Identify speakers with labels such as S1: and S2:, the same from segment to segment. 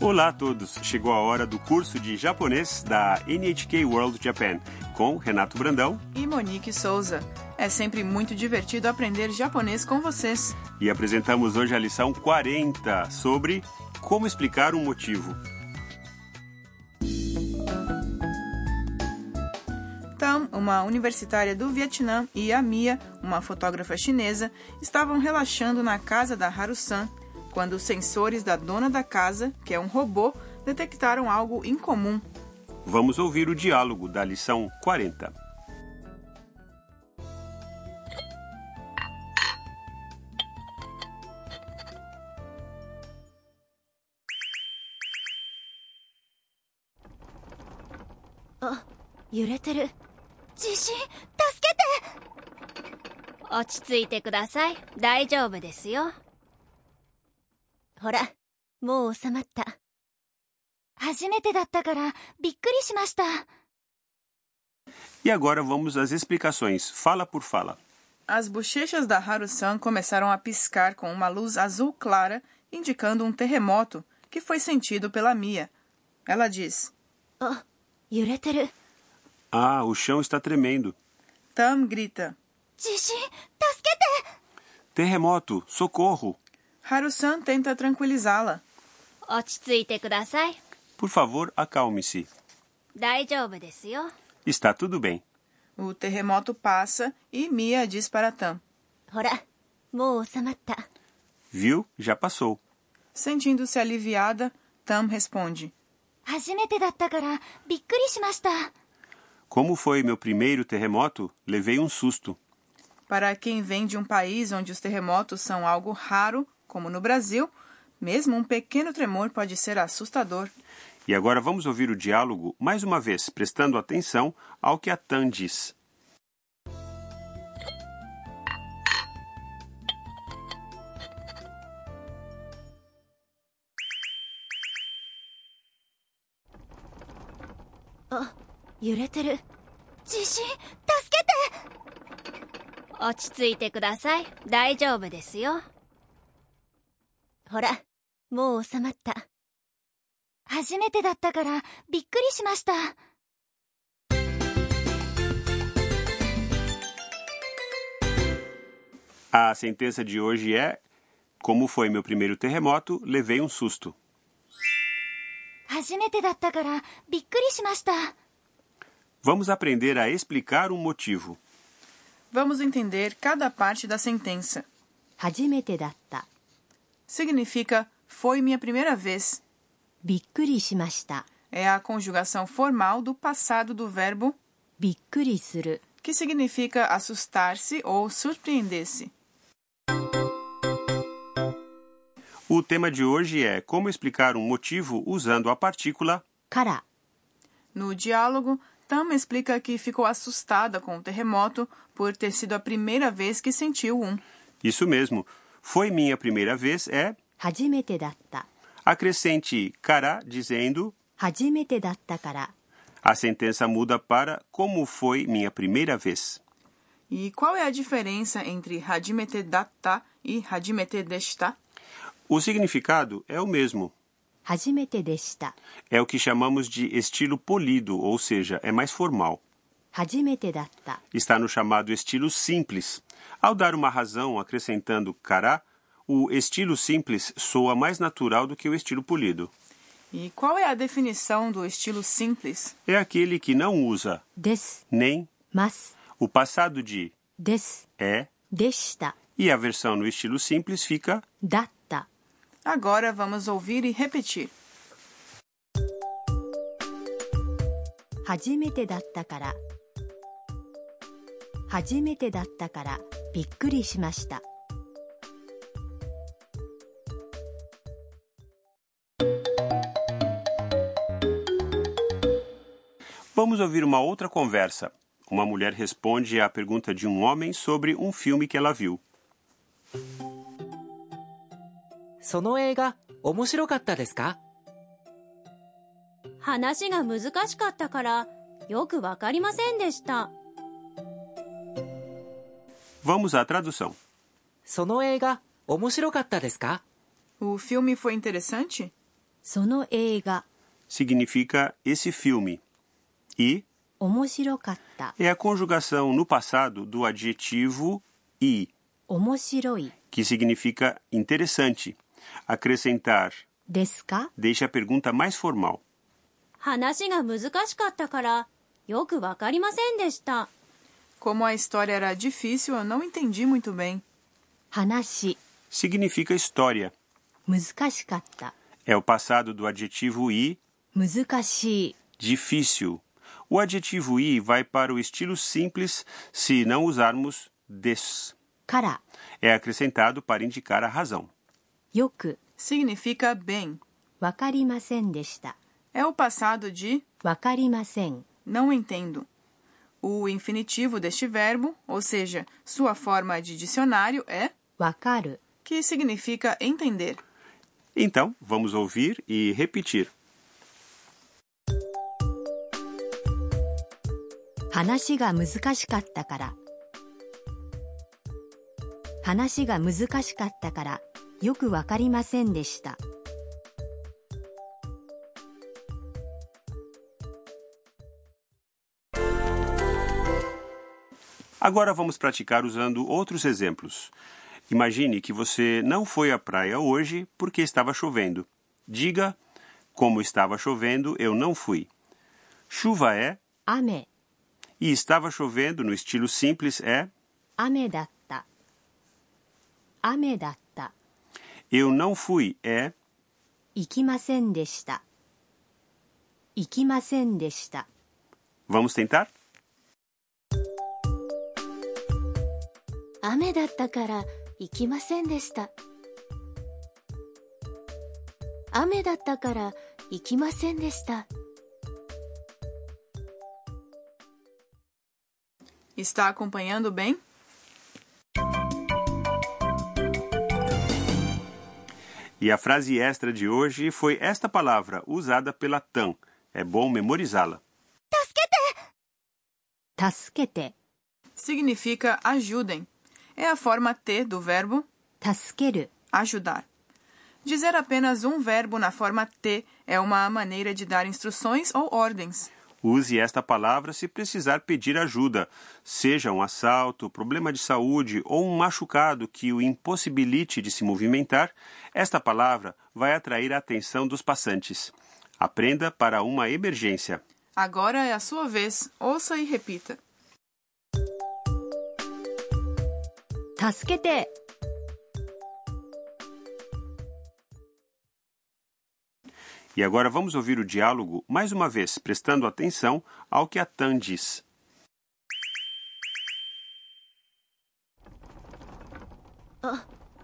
S1: Olá a todos! Chegou a hora do curso de japonês da NHK World Japan com Renato Brandão
S2: e Monique Souza. É sempre muito divertido aprender japonês com vocês.
S1: e apresentamos hoje a lição 40 sobre como explicar um motivo.
S2: Tam, uma universitária do Vietnã, e a Mia, uma fotógrafa chinesa, estavam relaxando na casa da Haru-san quando os sensores da dona da casa, que é um robô, detectaram algo incomum.
S1: Vamos ouvir o diálogo da lição 40.
S3: あ揺れてる
S4: 地震助けて
S3: 落ち着いてください大丈夫ですよほらもう収まった
S4: 初めてだったからびっくりしました
S1: E agora vamos às explicações, fala por fala.
S2: As bochechas da Haru-san começaram a piscar com uma luz azul clara, indicando um terremoto que foi sentido pela Mia. Ela diz:
S3: あ揺れてる
S1: Ah, o chão está tremendo.
S2: Tam grita.
S4: 地震助けて
S1: Terremoto, socorro!
S2: Haru-san tenta tranquilizá-la.
S3: 落ち着いてください
S1: Por favor, acalme-se.
S3: 大丈夫ですよ
S1: Está tudo bem.
S2: O terremoto passa e Mia diz para Tam:
S3: ほらもう収まった
S1: Viu? Já passou.
S2: Sentindo-se aliviada, Tam responde.
S4: 初めてだったからびっくりしました
S1: Como foi meu primeiro terremoto, levei um susto.
S2: Para quem vem de um país onde os terremotos são algo raro, como no Brasil, mesmo um pequeno tremor pode ser assustador.
S1: E agora vamos ouvir o diálogo mais uma vez, prestando atenção ao que a Tan diz.
S3: あ揺れてる
S4: 地震助けて
S3: 落ち着いてください大丈夫ですよほらもう収まった
S4: 初めてだったからびっくりしました
S1: A sentença de hoje é: Como foi meu primeiro terremoto, levei um susto.
S4: 初めてだったからびっくりしました
S1: Vamos aprender a explicar um motivo.
S2: Vamos entender cada parte da sentença.
S5: 初めてだった。
S2: Significa foi minha primeira vez.
S5: びっくりしました。
S2: É a conjugação formal do passado do verbo
S5: びっくりする。
S2: que significa assustar-se ou surpreender-se.
S1: O tema de hoje é como explicar um motivo usando a partícula
S5: から、
S2: No diálogo, Tam explica que ficou assustada com o terremoto por ter sido a primeira vez que sentiu um.
S1: isso mesmo. Foi minha primeira vez é
S5: 初めてだった。
S1: acrescente cará dizendo
S5: 初めてだったから、
S1: a sentença muda para como foi minha primeira vez.
S2: E qual é a diferença entre Hajimete Datta e Hajimete Deshita?
S1: O significado é o mesmo.
S5: 初めてでした。
S1: É o que chamamos de estilo polido, ou seja, é mais formal.
S5: 初めてだった。
S1: Está no chamado estilo simples. Ao dar uma razão acrescentando cará, o estilo simples soa mais natural do que o estilo polido.
S2: E qual é a definição do estilo simples?
S1: É aquele que não usa
S5: です。
S1: nem
S5: ます。
S1: o passado de
S5: です。
S1: é
S5: でした。
S1: e a versão no estilo simples fica
S5: だった。
S2: Agora vamos ouvir e repetir.
S5: 初めてだったから。初めてだったから、びっくりしました。
S1: Vamos ouvir uma outra conversa. Uma mulher responde à pergunta de um homem sobre um filme que ela viu.
S6: その映画面白かったですか
S3: 話が難しかったからよくわかりませんでした
S1: Vamos à tradução.
S6: その映画面白かったですか
S2: O filme foi interessante?
S5: その映画
S1: significa esse filme. E
S5: 面白かった
S1: é a conjugação no passado do adjetivo i,
S5: 面白い
S1: que significa interessante. Acrescentar
S5: ですか
S1: deixa a pergunta mais formal.
S3: 話が難しかったからよくわかりませんでした。
S2: Como a história era difícil, eu não entendi muito bem.
S5: 話
S1: Significa história.
S5: 難しかった
S1: É o passado do adjetivo i,
S5: 難しい
S1: difícil. O adjetivo i vai para o estilo simples se não usarmos des.
S5: から
S1: É acrescentado para indicar a razão.
S5: よく
S2: Significa bem.
S5: わかりませんでした。
S2: É o passado de
S5: わかりません。
S2: não entendo. O infinitivo deste verbo, ou seja, sua forma de dicionário é
S5: わかる。
S2: que significa entender.
S1: Então, vamos ouvir e repetir.
S5: 話が難しかったから。話が難しかったから、よくわかりませんでした。
S1: Agora vamos praticar usando outros exemplos. Imagine que você não foi à praia hoje porque estava chovendo. Diga: Como estava chovendo, eu não fui. Chuva é
S5: 雨、
S1: e estava chovendo no estilo simples é
S5: 雨だった。雨だった。
S1: eu não fui é
S5: 行きませんでした。行きませんでした。
S1: vamos tentar
S4: 雨だったから行きませんでした雨だったから行きませんでした。
S2: Está acompanhando bem?
S1: E a frase extra de hoje foi esta palavra usada pela TAM. É bom memorizá-la.
S5: 助けて、
S2: Significa ajudem. É a forma T do verbo
S5: 助ける、
S2: ajudar. Dizer apenas um verbo na forma T é uma maneira de dar instruções ou ordens.
S1: Use esta palavra se precisar pedir ajuda, seja um assalto, problema de saúde ou um machucado que o impossibilite de se movimentar. Esta palavra vai atrair a atenção dos passantes. Aprenda para uma emergência.
S2: Agora é a sua vez. Ouça e repita.
S5: 助けて、
S1: E agora vamos ouvir o diálogo mais uma vez, prestando atenção ao que a Tan diz.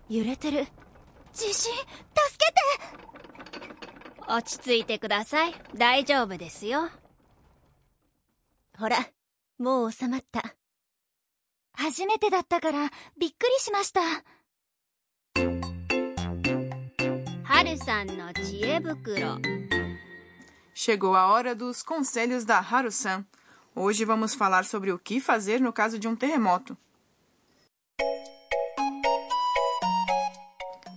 S4: 揺れてる地震助けて
S3: 落ち着いてください。大丈夫ですよ。ほら、もう収まった。
S4: 初めてだったからびっくりしました
S3: はるさんの知恵袋。
S2: Chegou a hora dos conselhos da Haru-san. Hoje vamos falar sobre o que fazer no caso de um terremoto.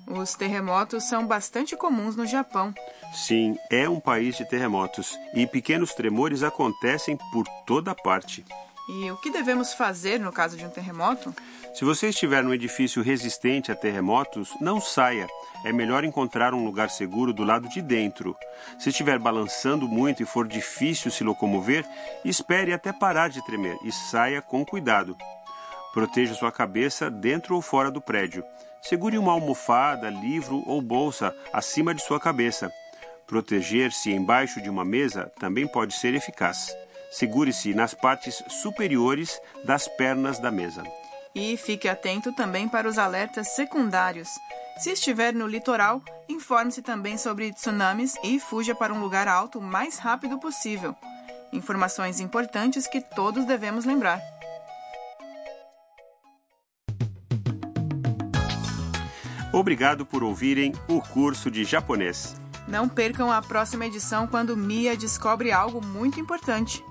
S2: Os terremotos são bastante comuns no Japão.
S1: Sim, é um país de terremotos e pequenos tremores acontecem por toda parte.
S2: E o que devemos fazer no caso de um terremoto?
S1: Se você estiver num edifício resistente a terremotos, não saia. É melhor encontrar um lugar seguro do lado de dentro. Se estiver balançando muito e for difícil se locomover, espere até parar de tremer e saia com cuidado. Proteja sua cabeça dentro ou fora do prédio. Segure uma almofada, livro ou bolsa acima de sua cabeça. Proteger-se embaixo de uma mesa também pode ser eficaz. Segure-se nas partes superiores das pernas da mesa.
S2: E fique atento também para os alertas secundários. Se estiver no litoral, informe-se também sobre tsunamis e fuja para um lugar alto o mais rápido possível. Informações importantes que todos devemos lembrar.
S1: Obrigado por ouvirem o curso de japonês.
S2: Não percam a próxima edição quando Mia descobre algo muito importante.